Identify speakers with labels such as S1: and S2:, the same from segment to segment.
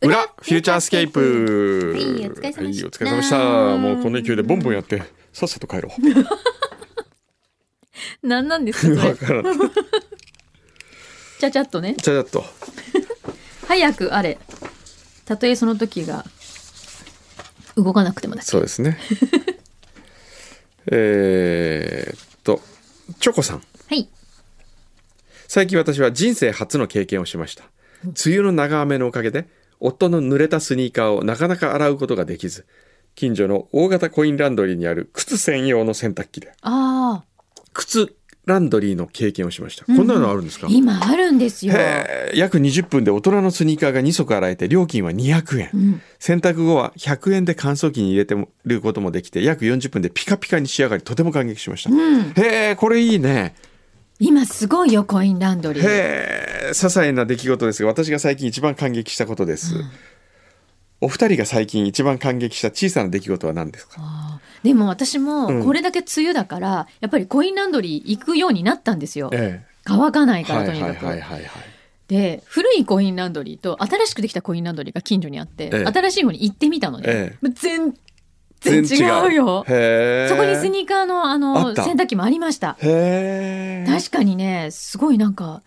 S1: フューチャースケープ。
S2: はいお疲れ様でした
S1: はいお疲れ様でした。もうこの勢いでボンボンやって、さっさと帰ろう。
S2: なんなんですかこ
S1: わ
S2: れ
S1: からん。ち
S2: ちゃちゃっとね
S1: ゃちゃっと。
S2: 早くあれたとえその時が動かなくてもだ
S1: そうです ね。えーっと、チョコさん。
S2: はい
S1: 最近私は人生初の経験をしました。梅雨の長雨のおかげで、夫の濡れたスニーカーをなかなか洗うことができず、近所の大型コインランドリーにある靴専用の洗濯機で、
S2: あ
S1: 靴ランドリーの経験をしました。こんなのあるんですか、
S2: あ今あるんですよ、
S1: へー約20分で大人のスニーカーが2足洗えて料金は200円、
S2: うん、
S1: 洗濯後は100円で乾燥機に入れてもることもできて約40分でピカピカに仕上がりとても感激しました、
S2: うん
S1: へえこれいいね
S2: 今すごいよコインランドリー
S1: へえ些細な出来事ですが私が最近一番感激したことです、お二人が最近一番感激した小さな出来事は何ですか
S2: あーでも私
S1: うん
S2: もこれだけ梅雨だから、やっぱりコインランドリー行くようになったんですよ
S1: え
S2: 乾かない
S1: え
S2: から
S1: はい
S2: と
S1: はい
S2: に
S1: は
S2: か
S1: い
S2: く、
S1: はいはい
S2: で古いコインランドリーと新しくできたコインランドリーが近所にあって、
S1: ええ
S2: 新しい方に行ってみたのね、
S1: え
S2: 全然違うよ
S1: へえ
S2: そこにスニーカーのあ
S1: あっ
S2: の
S1: た
S2: 洗濯機もありました
S1: へえ
S2: 確かにねすごいなんか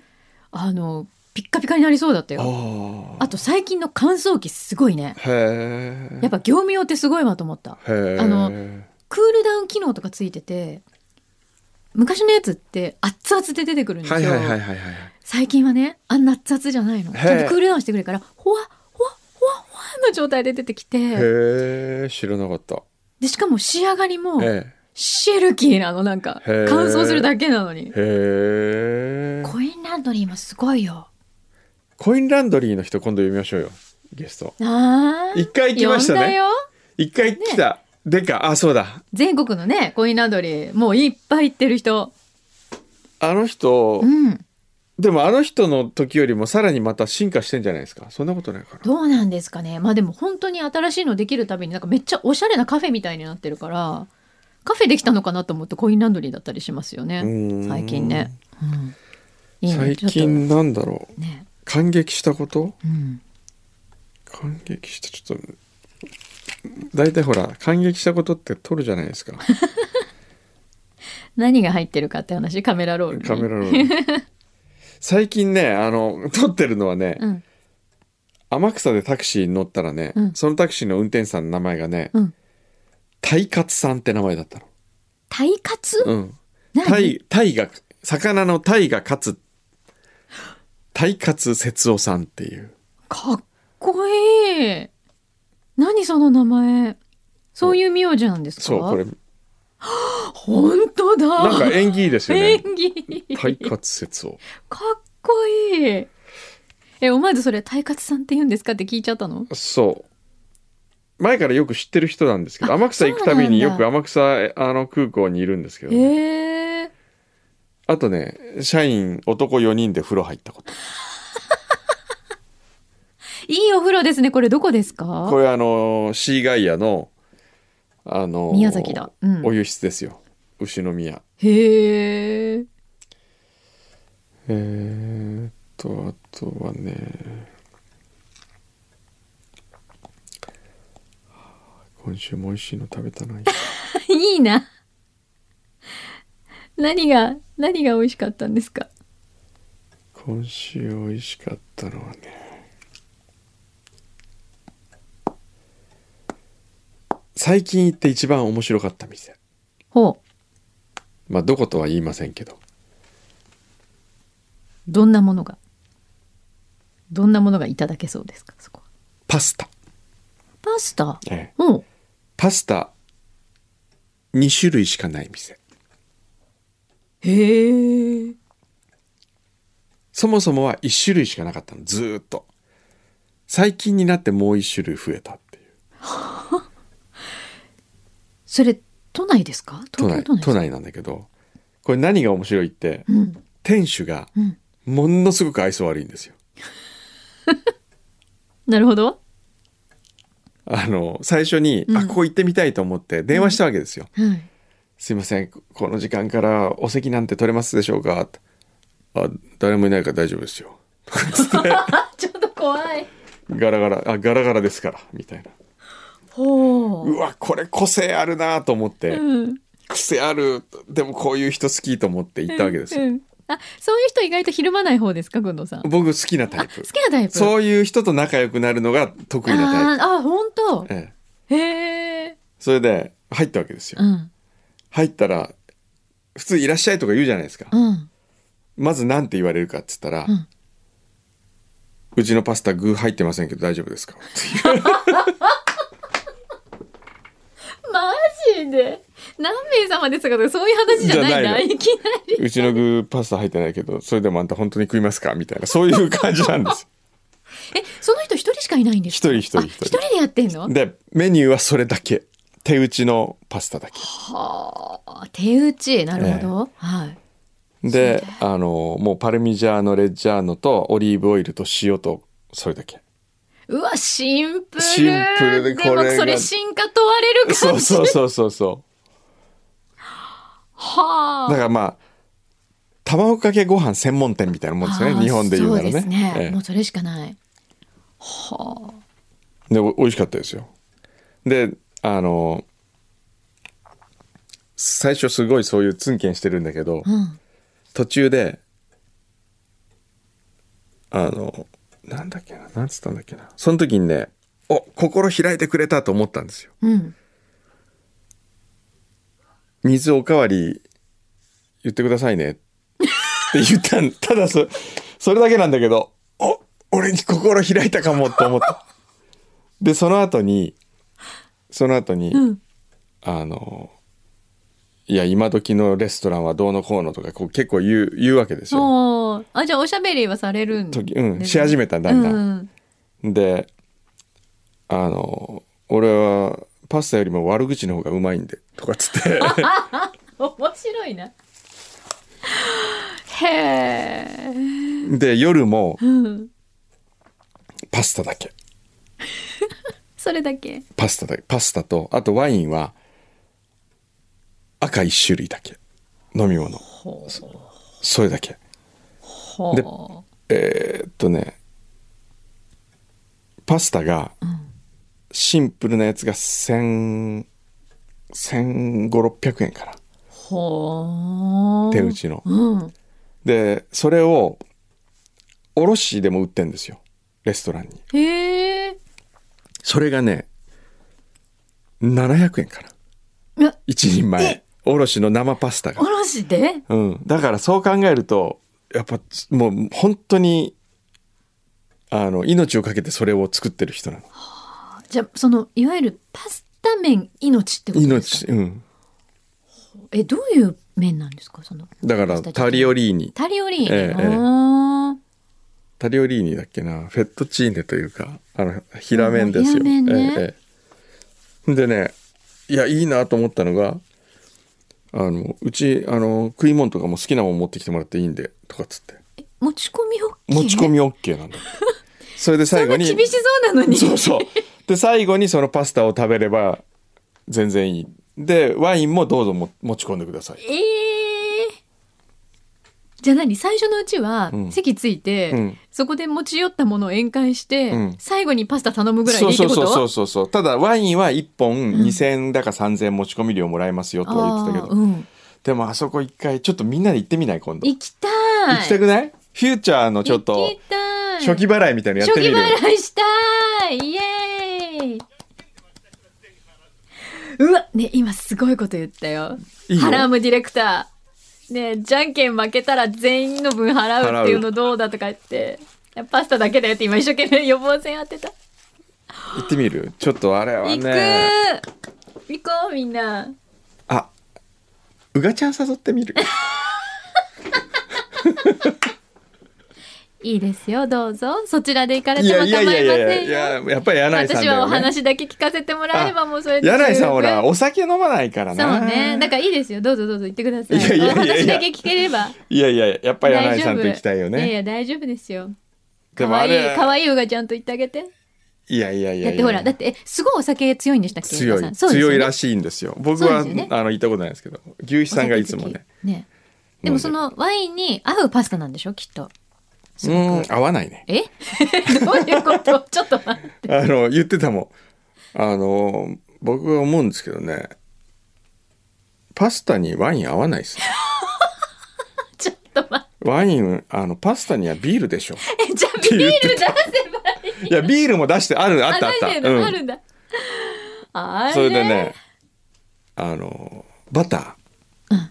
S2: あのピッカピカになりそうだったよ
S1: あ
S2: あと最近の乾燥機すごいね
S1: あへえ
S2: やっぱ業務用ってすごいわと思った
S1: へえ
S2: あのクールダウン機能とかついてて昔のやつって熱々で出てくるんですよ、
S1: はいはいはいはいはいはい。
S2: 最近はねあんな熱々じゃないの
S1: へえ
S2: ちゃんとクールダウンしてくれるからほわほわほわほわの状態で出てきて
S1: へえ、知らなかった。
S2: でしかも仕上がりも
S1: え
S2: シェルキーなのなんか
S1: へえ
S2: 乾燥するだけなのに
S1: え、へえ。
S2: コインランドリーもすごいよ
S1: コインランドリーの人今度呼びましょうよ。ゲスト。
S2: あー
S1: 一回来ましたね
S2: 呼んだよ
S1: 一回来た。でか、あ、そうだ。
S2: 全国のねコインランドリーもういっぱい行ってる人
S1: あの人
S2: う、ん
S1: でもあの人の時よりもさらにまた進化してんじゃないですか。そんなことないかな。
S2: どうなんですかねまあでも本当に新しいのできるたびになんかめっちゃおしゃれなカフェみたいになってるからカフェできたのかなと思ってコインランドリーだったりしますよ
S1: う
S2: ね
S1: ーん
S2: 最近ね、うん、いいね
S1: 最
S2: ちょっ
S1: 近なんだろう。
S2: とね
S1: 感激したこと
S2: うん
S1: 感激した、ちょっと。大体ほら、感激したことって撮るじゃないです か。
S2: 何が入ってるかって話カメラロールに
S1: カメラロール。最近ね、あの、撮ってるのはね、
S2: うん
S1: 天草でタクシーに乗ったらね、
S2: うん
S1: そのタクシーの運転手さんの名前がね、
S2: うん
S1: タイカツさんって名前だったの。
S2: タイカツ、
S1: うん。
S2: 何
S1: タイ、タイが、魚のタイがカツ、タイカツ節夫さんっていう。
S2: かっこいい何その名前そういう名字なんですか
S1: そう、これ、
S2: 本当だ
S1: なんか縁起いいですよね。
S2: 演技
S1: タイカツ節夫。
S2: かっこいいえ思わずそれ「タイカツさんって言うんですか?」って聞いちゃったの
S1: そう。前からよく知ってる人なんですけど、
S2: あ
S1: 天草行くたびによく
S2: そう
S1: 天草えあの空港にいるんですけど、
S2: えー、
S1: あとね、社員男4人で風呂入ったこと。
S2: いいお風呂ですねこれどこですか
S1: これあの、シーガイアの、あの、
S2: 宮崎だうん
S1: お湯室ですよ。牛の宮。
S2: へえ
S1: えーっと、あとはね、今週も美味しいの食べた な。
S2: いいな何が何が美味しかったんですか
S1: 今週美味しかったのはね最近行って一番面白かった店
S2: ほう
S1: まあどことは言いませんけど
S2: どんなものがどんなものがいただけそうですかそこは
S1: パスタ、
S2: パスタ
S1: ええ
S2: うん
S1: パスタ2種類しかない店
S2: へえ
S1: そもそもは1種類しかなかったのずーっと最近になってもう1種類増えたっていう
S2: それ都内ですか
S1: 都
S2: 東
S1: 内
S2: 京都内
S1: 都内なんだけどこれ何が面白いって
S2: うん
S1: 店主が
S2: うん
S1: ものすごく愛想悪いんですよ
S2: なるほど
S1: あの、最初に、
S2: うん
S1: あ、ここ行ってみたいと思って電話したわけですよ。
S2: はい
S1: すいません、ここの時間からお席なんて取れますでしょうかあ、誰もいないから大丈夫ですよ。
S2: ちょっと怖い。
S1: ガラガラあガラガラですからみたいな
S2: ほう
S1: うわこれ個性あるなと思って、
S2: うん
S1: 癖あるでもこういう人好きと思って行ったわけですよ、
S2: うんあそういう人意外とひるまない方ですか軍藤さんあ
S1: 僕好きなタ
S2: 好
S1: イ
S2: き
S1: プ
S2: なタイプ
S1: そういう人と仲良くなるのが得意なタイ
S2: あーあ本当
S1: プ、ええ、
S2: へえ
S1: それで入ったわけですよ
S2: うん
S1: 入ったら普通「いらっしゃい」とか言うじゃないですか、
S2: うん
S1: まず何て言われるかっつったら「う
S2: うん
S1: ちのパスタ具入ってませんけど大丈夫ですか?」 っていう
S2: マジで何名様ですかとかそういう話じゃないん
S1: じゃ
S2: だ
S1: ない
S2: い
S1: の
S2: きなり
S1: うちの具パスタ入ってないけどそれでもあんた本当に食いますか?」みたいなそういう感じなんです
S2: えその人一人しかいないんですか
S1: 一人一人
S2: あ
S1: 一人
S2: 一人でやってん の
S1: でメニューはそれだけ手打ちのパスタだけ
S2: はあ手打ちなるほど、はい
S1: であのもうパルミジャーノレッジャーノとオリーブオイルと塩とそれだけ
S2: うわシンプル
S1: シンプルでこれが
S2: もそれ進化問われる感じ
S1: そうそうそうそうそう
S2: は
S1: だからまあ卵かけご飯専門店みたいなもんですよ
S2: あ
S1: ね日本で言うならね
S2: そうですね、
S1: え
S2: もうそれしかない
S1: えでお美味しかったですよであの最初すごいそういうツンケンしてるんだけど、
S2: うん
S1: 途中であのなんだっけななんつったんだっけなその時にねお心開いてくれたと思ったんですよ
S2: うん
S1: 水おかわり言ってくださいねって言ったんただそそれだけなんだけどお俺に心開いたかもって思ったでその後にその後に、
S2: うん
S1: あのいや今時のレストランはどうのこうのとかこう結構言う言うわけですよ、
S2: おーあじゃあおしゃべりはされるん
S1: 時うんし始めただんだん
S2: うん
S1: であの俺はパスタよりも悪口の方がうまいんでとかっつって
S2: 面白いなへえ
S1: で夜も
S2: うん
S1: パスタだけ
S2: それだけ
S1: パスタだけパスタとあとワインは赤一種類だけ飲み物
S2: ほう
S1: それだけで
S2: ほ
S1: えーっとねパスタがシンプルなやつが1 0 0 0 1 5 6 0 0円かな
S2: うほう
S1: 手打ちの
S2: うん
S1: でそれをおろしでも売ってんですよレストランに
S2: へえ
S1: それがね700円かな
S2: な
S1: 一人前おろしの生パスタ
S2: お
S1: が、
S2: ろしで
S1: うん、だからそう考えるとやっぱもう本当にあの命をかけてそれを作ってる人なの
S2: じゃあそのいわゆるパスタ麺命ってことです
S1: 命
S2: か
S1: うん
S2: えどういう麺なんですかその
S1: だからタリオリーニ
S2: タリオリーニ、
S1: ええええ
S2: おー
S1: タリオリーニだっけなフェットチーネというかあの平麺ですよ。
S2: 平麺ね
S1: ええでねいやいいなと思ったのがあのうちあの食い物とかも好きなもん持ってきてもらっていいんでとかっつって
S2: え持ち込み OK
S1: 持ち込み OK なんだってそれで最後に
S2: そんな厳しそうなのに
S1: そうそうで最後にそのパスタを食べれば全然いいでワインもどうぞも持ち込んでください
S2: ええじゃあ何最初のうちは
S1: うん
S2: 席ついて、
S1: うん
S2: そこで持ち寄ったものを宴会して、
S1: うん
S2: 最後にパスタ頼むぐらい
S1: そ
S2: でいういって
S1: そう
S2: こと
S1: そうそうそうそうただワインは1本
S2: うん
S1: 2,000円だか3,000円持ち込み料もらえますよとは言ってたけど、
S2: あーうん、
S1: でもあそこ一回ちょっとみんなで行ってみない今度
S2: 行きたい
S1: 行きたくないフューチャーのちょっ
S2: 行
S1: と
S2: きたい
S1: 初期払いみたいなのやってみる
S2: 初期払いしたいイエーイうわね今すごいこと言ったよ
S1: いいよ
S2: ハラームディレクターねじゃんけん負けたら全員の分払うっていうのどうだとか言っていやパスタだけだよって今一生懸命予防線当てた、
S1: 行ってみるちょっとあれは
S2: 行く
S1: ね
S2: 行こうみんな
S1: あうがちゃん誘ってみる
S2: いいですよどうぞそちらで行かれ
S1: い
S2: ても
S1: や
S2: 構
S1: い
S2: い
S1: や
S2: ませ
S1: い
S2: んよ
S1: やいやいややっぱり柳井さん
S2: 私
S1: だ
S2: はお
S1: よね
S2: 話だけ聞かせてもらえればもうそれで十分
S1: 柳井さんほらお酒飲まないからな
S2: そうね。だからいいですよ。どうぞどうぞ言ってください。
S1: いやいやいやいや
S2: お話だけ聞ければ
S1: いやいややっぱり
S2: 大
S1: 柳井さ
S2: 丈
S1: ん
S2: 夫。
S1: と行きたいよ
S2: いやい
S1: ね
S2: や大丈夫ですよ。
S1: で
S2: 可
S1: もあ
S2: 愛い
S1: れ
S2: い可愛いいウガちゃんと言ってあげて。
S1: いやいやいやいや
S2: だってほらだってえすごいお酒強いんでしたっけ？
S1: 強
S2: ウガさ
S1: い
S2: んそうですよ
S1: 強
S2: ね
S1: いらしいんですよ僕はあ
S2: そうですよね
S1: の行ったことないですけど牛肥さんがいつも
S2: お酒
S1: ね
S2: 好きね。でもそのワインに合うパスタなんでしょきっと。す
S1: う
S2: ご
S1: ん
S2: く。
S1: 合わないね
S2: え どういうことちょっと待って。
S1: あの言ってたもんあの僕が思うんですけどねパスタにワイン合わないですね
S2: ちょっと待っ
S1: ワインあのパスタにはビールでしょ
S2: て。じゃあビール出せばいい。
S1: いやビールも出してあるあったあった
S2: あないんだ
S1: う
S2: よ
S1: ん
S2: ねあるんだ。あれ
S1: それでねあのバター、
S2: うん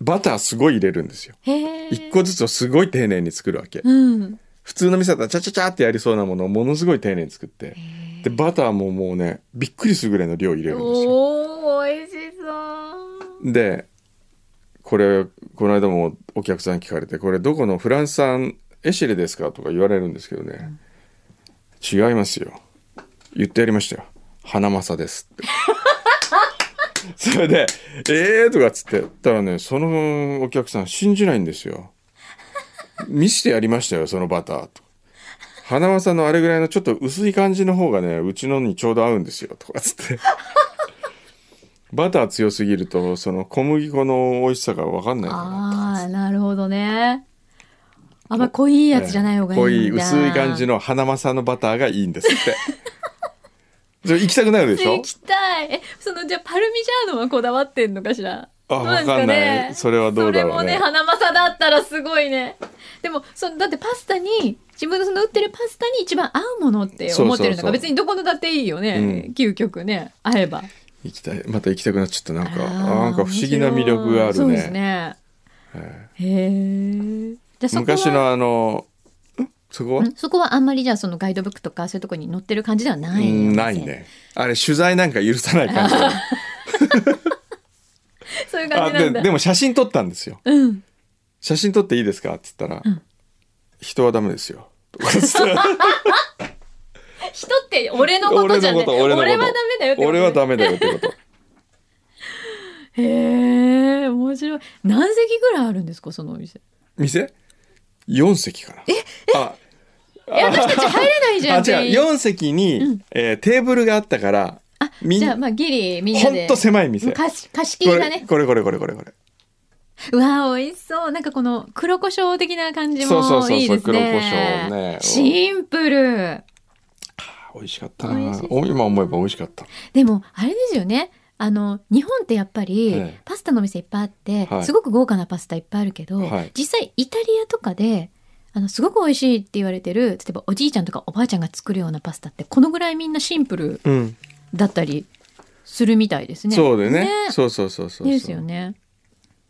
S1: バターすごい入れるんですよ
S2: へえ。
S1: 一個ずつをすごい丁寧に作るわけ、
S2: うん。
S1: 普通の店だったらチャチャチャってやりそうなものをものすごい丁寧に作ってでバターももうねびっくりするぐらいの量入れるんですよ
S2: おお美味しそう。
S1: でこれこの間もお客さんに聞かれて「これどこのフランス産エシレですか?」とか言われるんですけどね「違いますよ言ってやりましたよ花正です」って それで「えー」とかっつってたらねそのお客さん信じないんですよ「見してやりましたよそのバター」と。花正のあれぐらいのちょっと薄い感じの方がねうちのにちょうど合うんですよとかっつってバター強すぎるとその小麦粉の美味しさが分かんないかな
S2: ああなるほどね。あんま濃いやつじゃない方がいいん
S1: 濃い
S2: だ。
S1: 薄い感じの花マサのバターがいいんですって それ行きたくなるでしょ
S2: 行きたい。え、そのじゃあパルミジャーノはこだわってんのかしら。
S1: あ
S2: どうです
S1: わかんないそれはどうだろうね
S2: それもね、花正だったらすごいね。でも、そのだってパスタに、自分のその売ってるパスタに一番合うものって思ってるの
S1: そうそう
S2: が
S1: そう
S2: 別にどこのだっていいよね。
S1: うん
S2: 究極ね、合えば。
S1: 行きたいまた行きたくなっちゃったなんか
S2: あー
S1: なんか不思議な魅力があ
S2: 面白いそ
S1: る
S2: う
S1: ね
S2: ですね。
S1: はい
S2: へえ。じゃあそこは
S1: 昔のあのんそこは
S2: んそこはあんまりじゃあそのガイドブックとかそういうとこに載ってる感じではな
S1: う
S2: い
S1: んない。ねあれ取材なんか許さない 感じ
S2: そういう
S1: あ
S2: 感じなんだ。
S1: ででも写真撮ったんですよ
S2: うん。
S1: 写真撮っていいですかって言ったら、
S2: うん
S1: 人はダメですよと かっつったら
S2: 人って俺のことじゃね。
S1: 俺のこと俺のこと
S2: はダメだよってことね
S1: 俺はダメだよってこと
S2: へえ、面白い。何席ぐらいあるんですか、そのお店。
S1: 店4席かなえあ
S2: え、私たち入れないじゃん。
S1: あ
S2: 全
S1: 違
S2: 員
S1: う4席に、
S2: うん
S1: えーテーブルがあったから
S2: あ、
S1: みん
S2: じゃあ、まあ、ギリ、みんな
S1: ほ
S2: で。
S1: んと狭い店こ
S2: 貸し、貸し切りだ
S1: れ
S2: ね。
S1: これこれこれこれこれ
S2: うわー、美味しそう。なんかこの黒胡椒的な感じ
S1: そうそうそう
S2: も
S1: そう
S2: いいですね。
S1: 黒胡椒ね
S2: シンプル。
S1: あ美味しかった
S2: 美味
S1: な
S2: しい
S1: お今思えば美味しかった
S2: でも、あれですよね。あの、日本ってやっぱり
S1: ええ、
S2: パスタのお店いっぱいあって、
S1: はい
S2: すごく豪華なパスタいっぱいあるけど、
S1: はい
S2: 実際イタリアとかで、あの、すごく美味しいって言われてる、例えばおじいちゃんとかおばあちゃんが作るようなパスタって、このぐらいみんなシンプル
S1: うん、
S2: だったりするみたいですね。
S1: そうでねそうそうそうそうそう
S2: ですよね。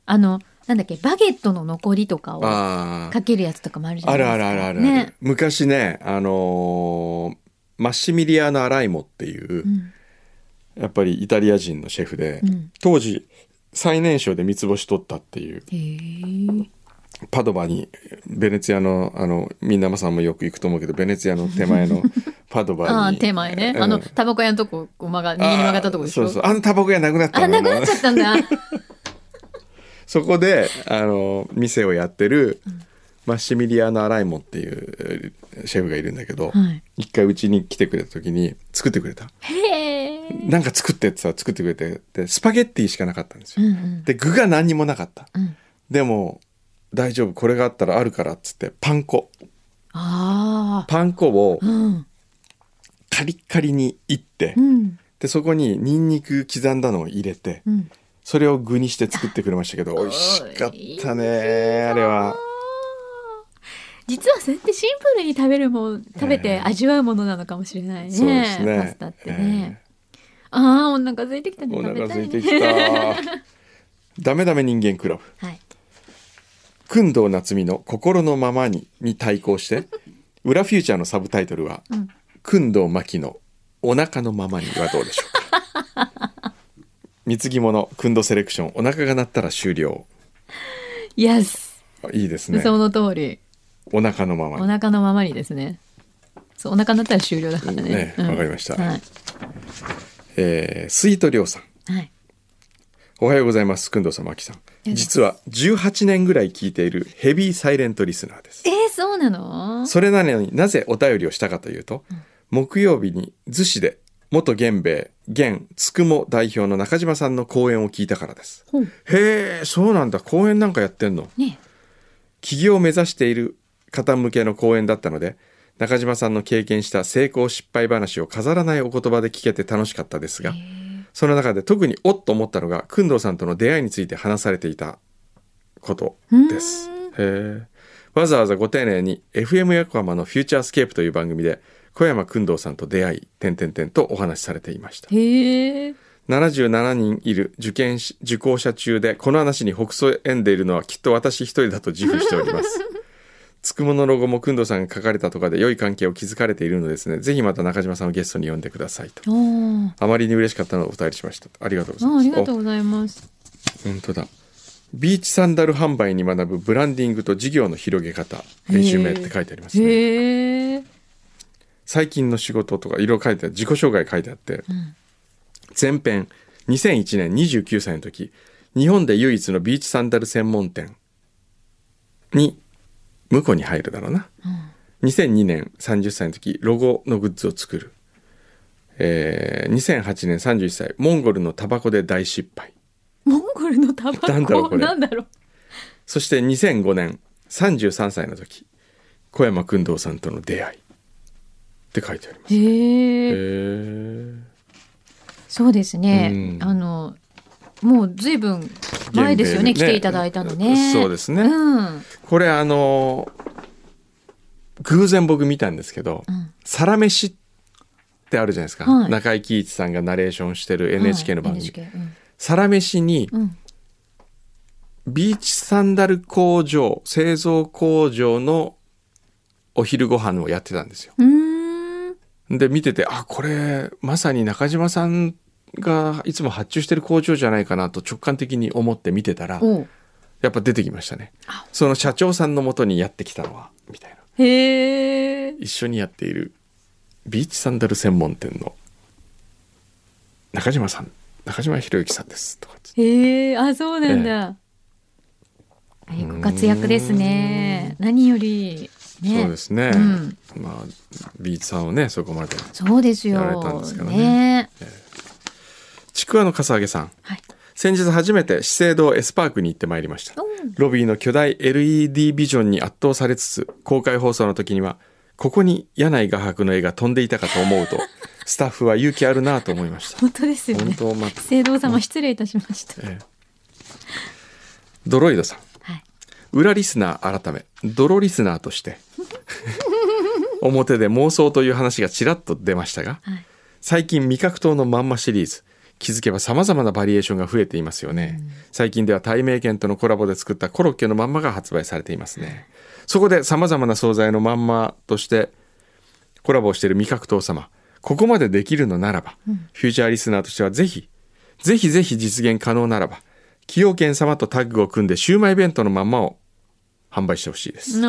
S2: あの、なんだっけ、バゲットの残りとかをか
S1: ああ
S2: けるやつとかもあるじゃな
S1: あ
S2: いで
S1: る
S2: すか。
S1: あるあるあるある、
S2: ね。
S1: 昔ねあのーマッシミリアーノ・アライモっていう
S2: う、ん。
S1: やっぱりイタリア人のシェフで、
S2: うん。
S1: 当時最年少で三つ星取ったっていう
S2: へえ。
S1: パドバにベネツィアのあのみんなまさんもよく行くと思うけどベネツィアの手前 のパド
S2: あ
S1: バ
S2: あ、
S1: に
S2: 手前ね。
S1: うん
S2: あの、タバコ屋のとこ、こう曲が、右に曲がったとこでし
S1: あ
S2: ょ。
S1: ーそうそうあのタバコ屋なくなった
S2: あ、
S1: の
S2: なくなっちゃったんだ。
S1: そこであの店をやってるマッシミリアのアライモっていうえーシェフがいるんだけど、
S2: はい。
S1: 一回うちに来てくれた時に作ってくれた
S2: へえ。
S1: なんか作ってってさ作ってくれてでスパゲッティしかなかったんです
S2: う
S1: よ
S2: んうん。
S1: で具が何にもなかった
S2: うん。
S1: でも大丈夫これがあったらあるからっつってパン粉
S2: ああ。
S1: パン粉を
S2: うん。
S1: カリッカリにいって、
S2: うん。
S1: でそこにニンニク刻んだのを入れて
S2: うん。
S1: それを具にして作ってくれましたけど
S2: あ
S1: 美味しかったねあれは
S2: 実はそうやってシンプルに食べるもん食べ
S1: え
S2: て
S1: え
S2: 味わうものなのかもしれないね,、
S1: そうですね
S2: パスタってね、ああーお腹空いてきた
S1: え
S2: ね
S1: ーお腹
S2: 食べた
S1: 空
S2: い
S1: いて
S2: ね
S1: きたダメダメ人間クラブ
S2: はい
S1: 工藤夏美の「心のままに」に対抗 して「裏フューチャー」のサブタイトルは
S2: うん
S1: 「工藤真希のお腹のままに」はどうでしょうか 貢ぎ物工藤セレクションお腹が鳴ったら終了
S2: イエス、
S1: いいですね
S2: その通り
S1: お腹のまま
S2: お
S1: に
S2: 腹のままにですねそうお腹になったら終了だからね
S1: ね
S2: うん
S1: わかりました
S2: はい、
S1: えー、スイートりょうさん
S2: はい、
S1: おはようございますくんどうさんまきさん
S2: りがとうございます
S1: 実は18年ぐらい聞いているヘビーサイレントリスナーです
S2: えー、そうなの
S1: それなのになぜお便りをしたかというと、木曜日に逗子で元源兵衛現つくも代表の中島さんの講演を聞いたからです
S2: ほう
S1: へえそうなんだ講演なんかやってんの
S2: ね
S1: 起業を目指している方向けの講演だったので中島さんの経験した成功失敗話を飾らないお言葉で聞けて楽しかったですがその中で特におっと思ったのが工藤さんとの出会いについて話されていたことです。へえわざわざご丁寧に FM 横浜の「フューチャースケープ」という番組で小山工藤さんと出会い点々点とお話しされていました。
S2: へえ。
S1: 77人いる受験し受講者中でこの話に北総縁でいるのはきっと私一人だと自負しております つくものロゴもくんどさんが書かれたとかで良い関係を築かれているのですねぜひまた中島さんをゲストに呼んでくださいと
S2: あー
S1: あまりに嬉しかったのでお便りしましたありがとうござい
S2: あー、
S1: ま
S2: あ
S1: す
S2: りがとうございます。
S1: お本当だビーチサンダル販売に学ぶブランディングと事業の広げ方練習名って書いてありますね
S2: へえ。
S1: 最近の仕事とかいろいろ書いてある自己紹介書いてあって、前編2001年29歳の時日本で唯一のビーチサンダル専門店に向こうに入るだろうな、2002年30歳の時ロゴのグッズを作る、えー2008年31歳モンゴルのタバコで大失敗
S2: モンゴルのタバコ
S1: なんだろうこれ
S2: なんだろう。
S1: そして2005年33歳の時小山君堂さんとの出会いって書いてあります、
S2: へえ。
S1: へー
S2: そうですね。
S1: うん
S2: あのもうずいぶん前ですよね
S1: 現
S2: 来
S1: 代でね
S2: ていただいたのね。
S1: そうですね
S2: うん。
S1: これあの偶然僕見たんですけど
S2: うん
S1: 「サラメシ」ってあるじゃないですか、
S2: はい
S1: 中井貴一さんがナレーションしてる NHK の番組「
S2: はい NHK うん
S1: サラメシ」に
S2: うん
S1: ビーチサンダル工場製造工場のお昼ご飯をやってたんですよ。
S2: うーん。
S1: で見ててあこれまさに中島さんがいつも発注してる工場じゃないかなと直感的に思って見てたら
S2: おう
S1: やっぱ出てきましたね
S2: あ。
S1: その社長さんのもとにやってきたのはみたいな。
S2: へえ。
S1: 一緒にやっているビーチサンダル専門店の中島さん中島博之さんですとかって
S2: へえ。あそうなんだ。はいご活躍ですね。何よりね。
S1: そうですね、
S2: うん
S1: まあビーチさんをねそこまで
S2: そうですよ。
S1: やられたんですけどね
S2: ね
S1: ちくわのかさあげさん
S2: はい。
S1: 先日初めて資生堂エスパークに行ってまいりました
S2: おう
S1: ロビーの巨大 LED ビジョンに圧倒されつつ公開放送の時にはここに柳井画伯の絵が飛んでいたかと思うと スタッフは勇気あるなと思いました
S2: 本当ですよ
S1: 本
S2: ね。
S1: 当まあ
S2: 聖堂様失礼いたしました。
S1: ええドロイドさん
S2: はい。
S1: 裏リスナー改め泥リスナーとして 表で妄想という話がちらっと出ましたが
S2: はい。
S1: 最近味覚糖のまんまシリーズ気づけば様々なバリエーションが増えていますよね、最近では対名犬とのコラボで作ったコロッケのまんまが発売されていますねそこで様々な惣菜のまんまとしてコラボをしている味覚糖様ここまでできるのならば、フューチャーリスナーとしてはぜひぜひぜひ実現可能ならば崎陽軒様とタッグを組んでシウマイ弁当のまんまを販売してほしいです、
S2: な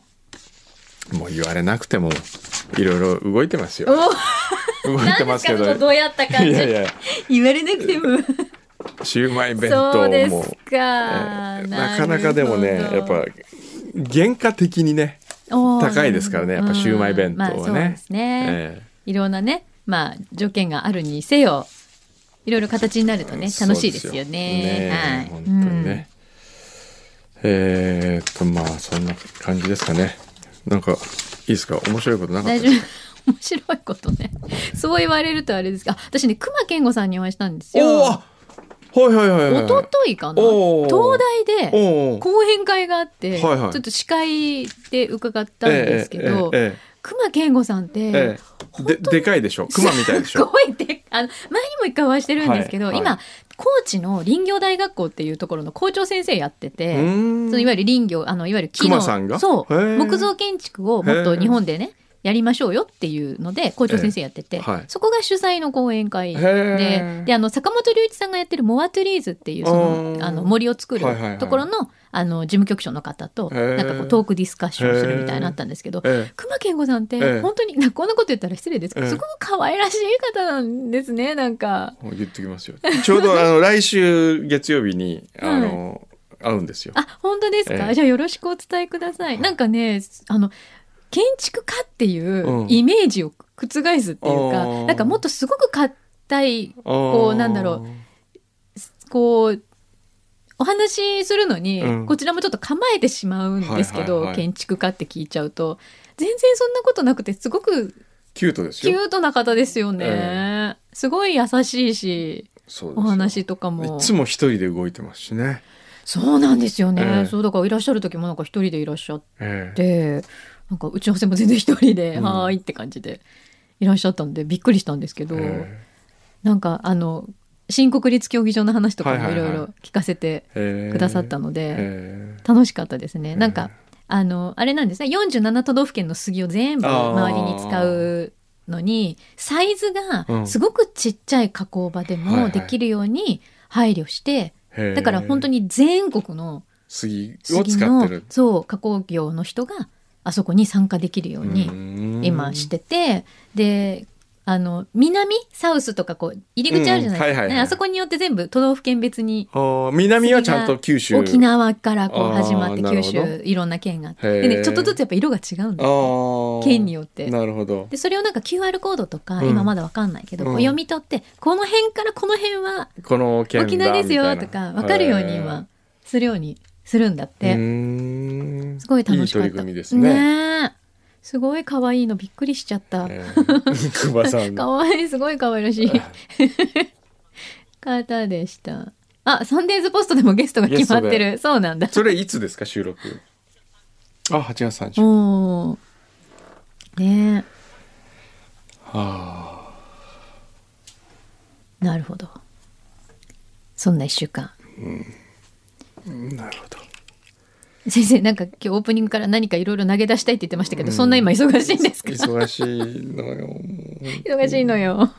S2: あ。
S1: もう言われなくてもいろいろ動いてますよ動いてますけど
S2: なんですかちょっとどうやった感じ。
S1: いやいや
S2: 言われなくても。
S1: シウマイ弁当
S2: そうです
S1: も
S2: か。
S1: なかなかでもねやっぱ原価的にね高いですからねやっぱシウマイ弁当はね
S2: うんまあ、そうですね、
S1: ええ
S2: いろんなね、まあ条件があるにせよ、いろいろ形になるとね楽しいですよね。はい。
S1: そうですよね本当にね、えーっとまあそんな感じですかねなんかいいですか面白いことな
S2: うん
S1: かっ
S2: 大
S1: た
S2: 丈夫。面白いことね。 そう言われるとあれですが、あ私ね熊健吾さんにお会いしたんです
S1: おお
S2: よ。
S1: ーはいはいはいはい
S2: 一昨日かな。
S1: おー
S2: 東大で
S1: おー
S2: 講演会があって、
S1: はいはい
S2: ちょっと司会で伺ったんですけど。
S1: ええええ
S2: 熊健吾さんって、
S1: ええええででかいでしょ熊みたいでし
S2: す
S1: ょ
S2: ごいであの前にも一回お会いしてるんですけど、
S1: はいはい
S2: 今高知の林業大学校っていうところの校長先生やって
S1: う
S2: て、
S1: ーん
S2: そのいわゆる林業あのいわゆる木の
S1: 熊さんが
S2: そう
S1: へー
S2: 木造建築をもっと日本でねやりましょうよっていうので校長先生やってて、
S1: えはい
S2: そこが主催の講演会
S1: へー
S2: でであの坂本龍一さんがやってるモアトゥリーズっていうそ
S1: あー
S2: のあの森を作る
S1: はいはいはい
S2: ところのあの事務局長の方と
S1: へ
S2: な
S1: ー
S2: んかこうトークディスカッションするみたいになのあったんですけど
S1: ええ
S2: 熊健吾さんっ
S1: ええ
S2: て本当に、なこんなこと言ったら失礼ですけど、
S1: ええ
S2: すごく可愛らしい方なんですねなんか。
S1: もう言ってきますよ。 ちょうどあの来週月曜日にあの、会うんですよ。
S2: あ本当ですか、
S1: ええ
S2: じゃあよろしくお伝えください。なんかねあの建築家ってい
S1: うん
S2: うイメージを覆すっていうか、
S1: あー
S2: なんかもっとすごく硬い
S1: こ
S2: こうなんだろうこうお話しするのに、
S1: うん
S2: こちらもちょっと構えてしまうんですけど、
S1: はいはいはい
S2: 建築家って聞いちゃうと全然そんなことなくてすごく
S1: キュートです
S2: キ
S1: よ
S2: ュートな方ですよね、
S1: え
S2: すごい優しいし
S1: そうです
S2: お
S1: よ
S2: 話とか
S1: い
S2: も
S1: つも一人で動いてますしね、
S2: そうなんですよね、
S1: ええ
S2: そうだからいらっしゃる時もなんか一人でいらっしゃっ
S1: ええ
S2: てなんか打ち合わせも全然一人で、
S1: うん
S2: はーいって感じでいらっしゃったんでびっくりしたんですけど、
S1: え
S2: なんかあの新国立競技場の話とかも
S1: はい
S2: い
S1: はいは
S2: ろ
S1: い
S2: いろ聞かせて
S1: え
S2: くださったので、
S1: ええ
S2: 楽しかったですね。なんか、
S1: え
S2: あのあれなんですね47都道府県の杉を全部周りに使うのにサイズ
S1: う
S2: が
S1: ん
S2: すごくちっちゃい加工場で
S1: はいは
S2: も
S1: い
S2: できるように配慮して、
S1: ええ
S2: だから本当に全国の
S1: 杉を
S2: 杉
S1: 使って
S2: の
S1: る
S2: そう加工業の人があそこに参加できるように今してて、であの南サウスとかこう入り口あるじゃな
S1: う
S2: いですか、
S1: んはいはいはい
S2: ねあそこによって全部都道府県別に
S1: あー南はちゃんと九州
S2: 沖縄からこう始ま
S1: あ
S2: って
S1: ーなる
S2: 九
S1: ほ
S2: 州
S1: ど
S2: いろんな県があって
S1: へー
S2: で、ね、ちょっとずつやっぱ色が違うんだよ
S1: ああ
S2: 県によって
S1: なるほど
S2: でそれをなんか QR コードとか、
S1: うん
S2: 今まだわかんないけど、こう
S1: うん
S2: 読み取ってこの辺からこの辺は
S1: この県だ
S2: 沖縄ですよと
S1: みたいな
S2: かわかるように今するようにするんだっ
S1: へえう
S2: て
S1: ーん
S2: すごい楽しかった
S1: いい取り組みですね
S2: ねえすごい可愛いのびっくりしちゃった
S1: え え熊さん
S2: 可愛いすごい可愛らしい方でしたあサンデーズポストでもゲストが決まってるそうなんだ
S1: それいつですか収録あ8月30日
S2: おーね
S1: あ
S2: えなるほどそんな一週間
S1: あなるほど
S2: 先生なんか今日オープニングから何かいろいろ投げ出したいって言ってましたけど、そんな今忙しいんですか
S1: 忙しいのよもう
S2: 忙しいのよ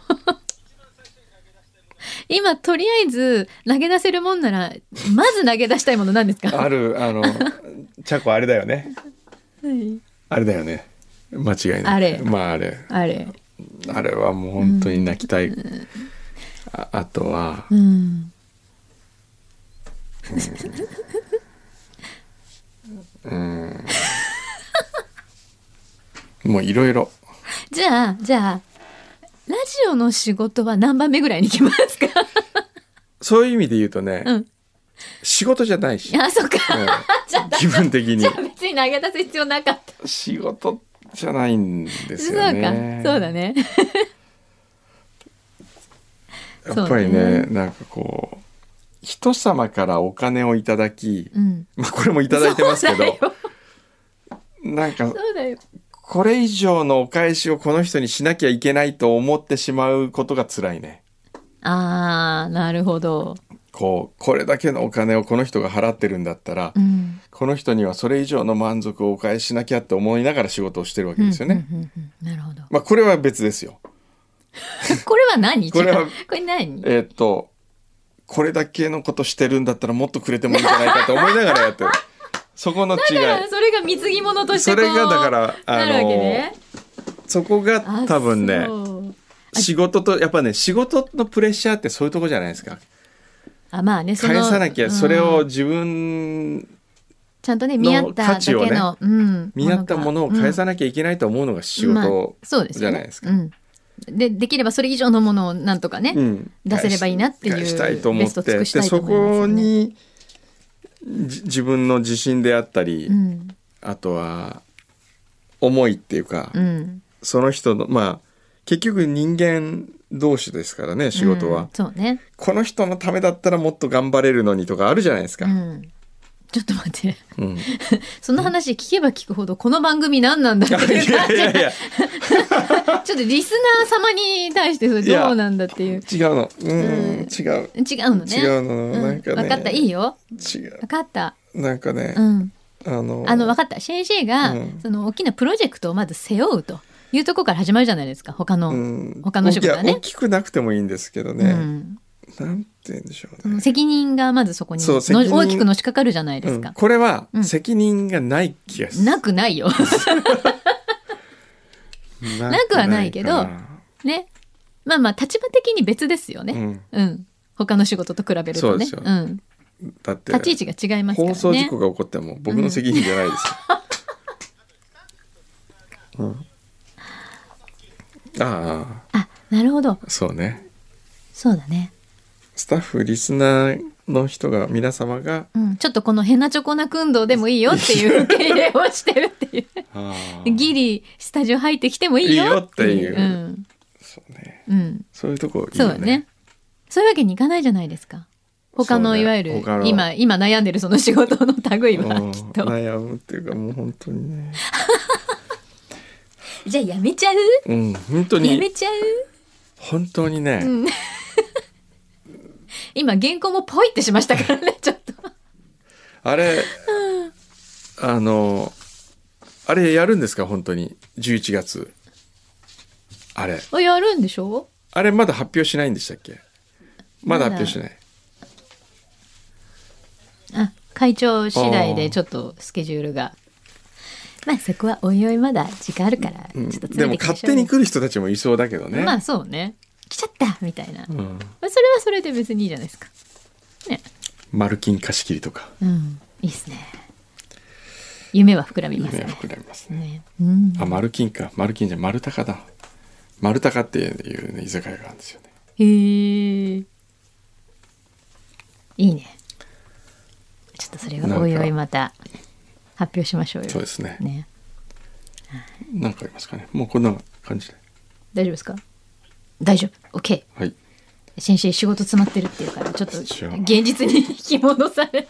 S2: 今とりあえず投げ出せるもんならまず投げ出したいものなんです か
S1: あるあのチャコあれだよね
S2: はい
S1: あれだよね間違いない
S2: あれ
S1: まああれ
S2: あれ
S1: あれはもう本当に泣きたい、ああとは
S2: うん
S1: もういろいろ
S2: じゃあじゃあラジオの仕事は何番目ぐらいに来ます か
S1: そういう意味で言うとね、
S2: うん
S1: 仕事じゃないし、
S2: あそっか
S1: うん
S2: じゃあ
S1: 気分的に
S2: じゃあ別に投げ出す必要なかった
S1: 仕事じゃないんですよね
S2: そうかそうだね
S1: やっぱり
S2: そう
S1: ね
S2: だ
S1: なんかこう人様からお金をいただき、
S2: うん
S1: まあ、これもいただいてますけどなんか
S2: そうだよ
S1: これ以上のお返しをこの人にしなきゃいけないと思ってしまうことが辛いね
S2: ああなるほど、
S1: こうこれだけのお金をこの人が払ってるんだったら、
S2: うん、
S1: この人にはそれ以上の満足をお返ししなきゃって思いながら仕事をしてるわけですよね、
S2: うんうんうんうんなるほど
S1: まあこれは別ですよ
S2: これは何
S1: これは
S2: 違うこれ何
S1: えーっと、これだけのことしてるんだったらもっとくれてもいいんじゃないかと思いながらやってる。そこの違
S2: だから
S1: い。
S2: それが水着物として
S1: そ
S2: こう
S1: れがだから、あ
S2: なるわけ
S1: の
S2: ね、
S1: そこが
S2: あ
S1: 多分ね
S2: そ、う
S1: 仕事と、やっぱね、仕事のプレッシャーってそういうとこじゃないですか。
S2: あまあねその
S1: 返さなき
S2: う
S1: ゃ、
S2: ん
S1: それを自分、
S2: ちゃんとね見合っただけ
S1: の
S2: の
S1: 価値を
S2: うん、
S1: 見合ったものを返さなきゃいけないと思うのが仕事
S2: じ
S1: じゃないですか。
S2: うんでできればそれ以上のものをなんとかね、
S1: うん
S2: 出せればいいなっていう
S1: 返したいと思っ
S2: ベストを
S1: て、
S2: 尽く
S1: で、
S2: したいと
S1: そ
S2: 思います
S1: こ
S2: よね
S1: に、じ自分の自信であったり、
S2: うん
S1: あとは、思いっていうか、
S2: うん、
S1: その人のまあ結局人間同士ですからね仕事は、
S2: うんそうね、
S1: この人のためだったらもっと頑張れるのにとかあるじゃないです
S2: う
S1: か、
S2: ん、ちょっと待って
S1: うん い
S2: その話聞けば聞くほどこの番組何なんだっていう
S1: や
S2: 感
S1: いや
S2: じ
S1: いや
S2: ちょっとリスナー様に対してそれどうなんだってい
S1: 違う
S2: う。
S1: のうーん
S2: うん
S1: 違う
S2: 違うのね。
S1: 違うの
S2: ん
S1: なんかね
S2: 分かった、いいよ。
S1: 違う
S2: 分かった。
S1: なんかね
S2: う、ん。
S1: あの
S2: あの、分かった。先生が、
S1: うん
S2: その大きなプロジェクトをまず背負うというところから始まるじゃないですか。他の、
S1: うん
S2: 他の仕事は
S1: い
S2: ね
S1: や大きくなくてもいいんですけど
S2: う
S1: ね、
S2: ん
S1: なんて言うんでしょ
S2: そうの
S1: ね、
S2: 責任がまずそこに
S1: そう
S2: の
S1: 責任
S2: 大きくのしかかるじゃないで
S1: う
S2: す
S1: ん
S2: か。
S1: これは
S2: うん
S1: 責任がない気がする、
S2: なくな いよ。
S1: な
S2: くはないけど
S1: かな
S2: ね。まあまあ、立場的に別ですよ
S1: う
S2: ね。
S1: ん、
S2: うん。他の仕事と比べる
S1: そ
S2: と
S1: うで
S2: ね
S1: す。よ
S2: ん。
S1: だって
S2: 立ち位置が違いますからね。
S1: 放送事故が起こっても僕の責任じゃないですよ。うんああ
S2: あ、なるほど。
S1: そうね
S2: そうだね。
S1: スタッフリスナーの人が皆様が
S2: うん、ちょっとこのヘナチョコな運動でもいいよっていう受け入れをしてるって いうギリスタジオ入ってきてもいい
S1: いいよ
S2: よ
S1: っ
S2: ってて
S1: い
S2: いうううん
S1: そうね
S2: うん
S1: そういうとこいい
S2: そう
S1: よ
S2: だねそういうわけにいかないじゃないですか他
S1: そう
S2: の
S1: ね
S2: いわゆる
S1: 他の
S2: 今今悩んでるその仕事の類
S1: うん
S2: はきっと
S1: 悩むっていうかもう本当にね
S2: じゃあやめちゃう
S1: うん本当
S2: や
S1: に
S2: めちゃう
S1: 本当にね、
S2: ん今原稿もポイってしましたからねちょっと
S1: あれあのあれやるんですか本当に11月あれ
S2: あやるんでしょ
S1: あれまだ発表しないんでしたっけまだ発
S2: まだ
S1: 表しない
S2: あ会長次第でちょっとスケジュールがまあそこはおいおいまだ時間あるからちょ
S1: うん
S2: っと詰めて
S1: でも
S2: いきま
S1: 勝
S2: しょう
S1: 手に来る人たちもいそうだけどね、
S2: まあそうね来ちゃったみたいな、ま
S1: うん、
S2: あそれはそれで別にいいじゃないですかね
S1: マルキン貸し切りとか
S2: うんいいっすね夢は膨らみます
S1: 夢
S2: ね
S1: は膨らみますね
S2: ね、うん、
S1: あマルキンかマルキンじゃ丸高だ丸高っていう、ね、居酒屋があるんですよね
S2: へえいいねちょっとそれはおいおいまた発表しましょうよ
S1: そうですね
S2: ね
S1: なんかありますかねもうこんな感じで
S2: 大丈夫ですか大丈夫 OK
S1: はい
S2: 先生仕事詰まってるっていうからちょっと
S1: 一応
S2: 現実に引き戻されて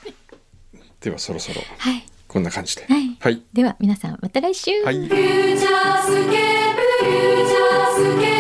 S1: ではそろそろ
S2: はい
S1: こんな感じで
S2: はい
S1: はい、
S2: では皆さんまた来週、
S1: は
S3: 「
S1: い
S3: フューチャースケープフューチャースケー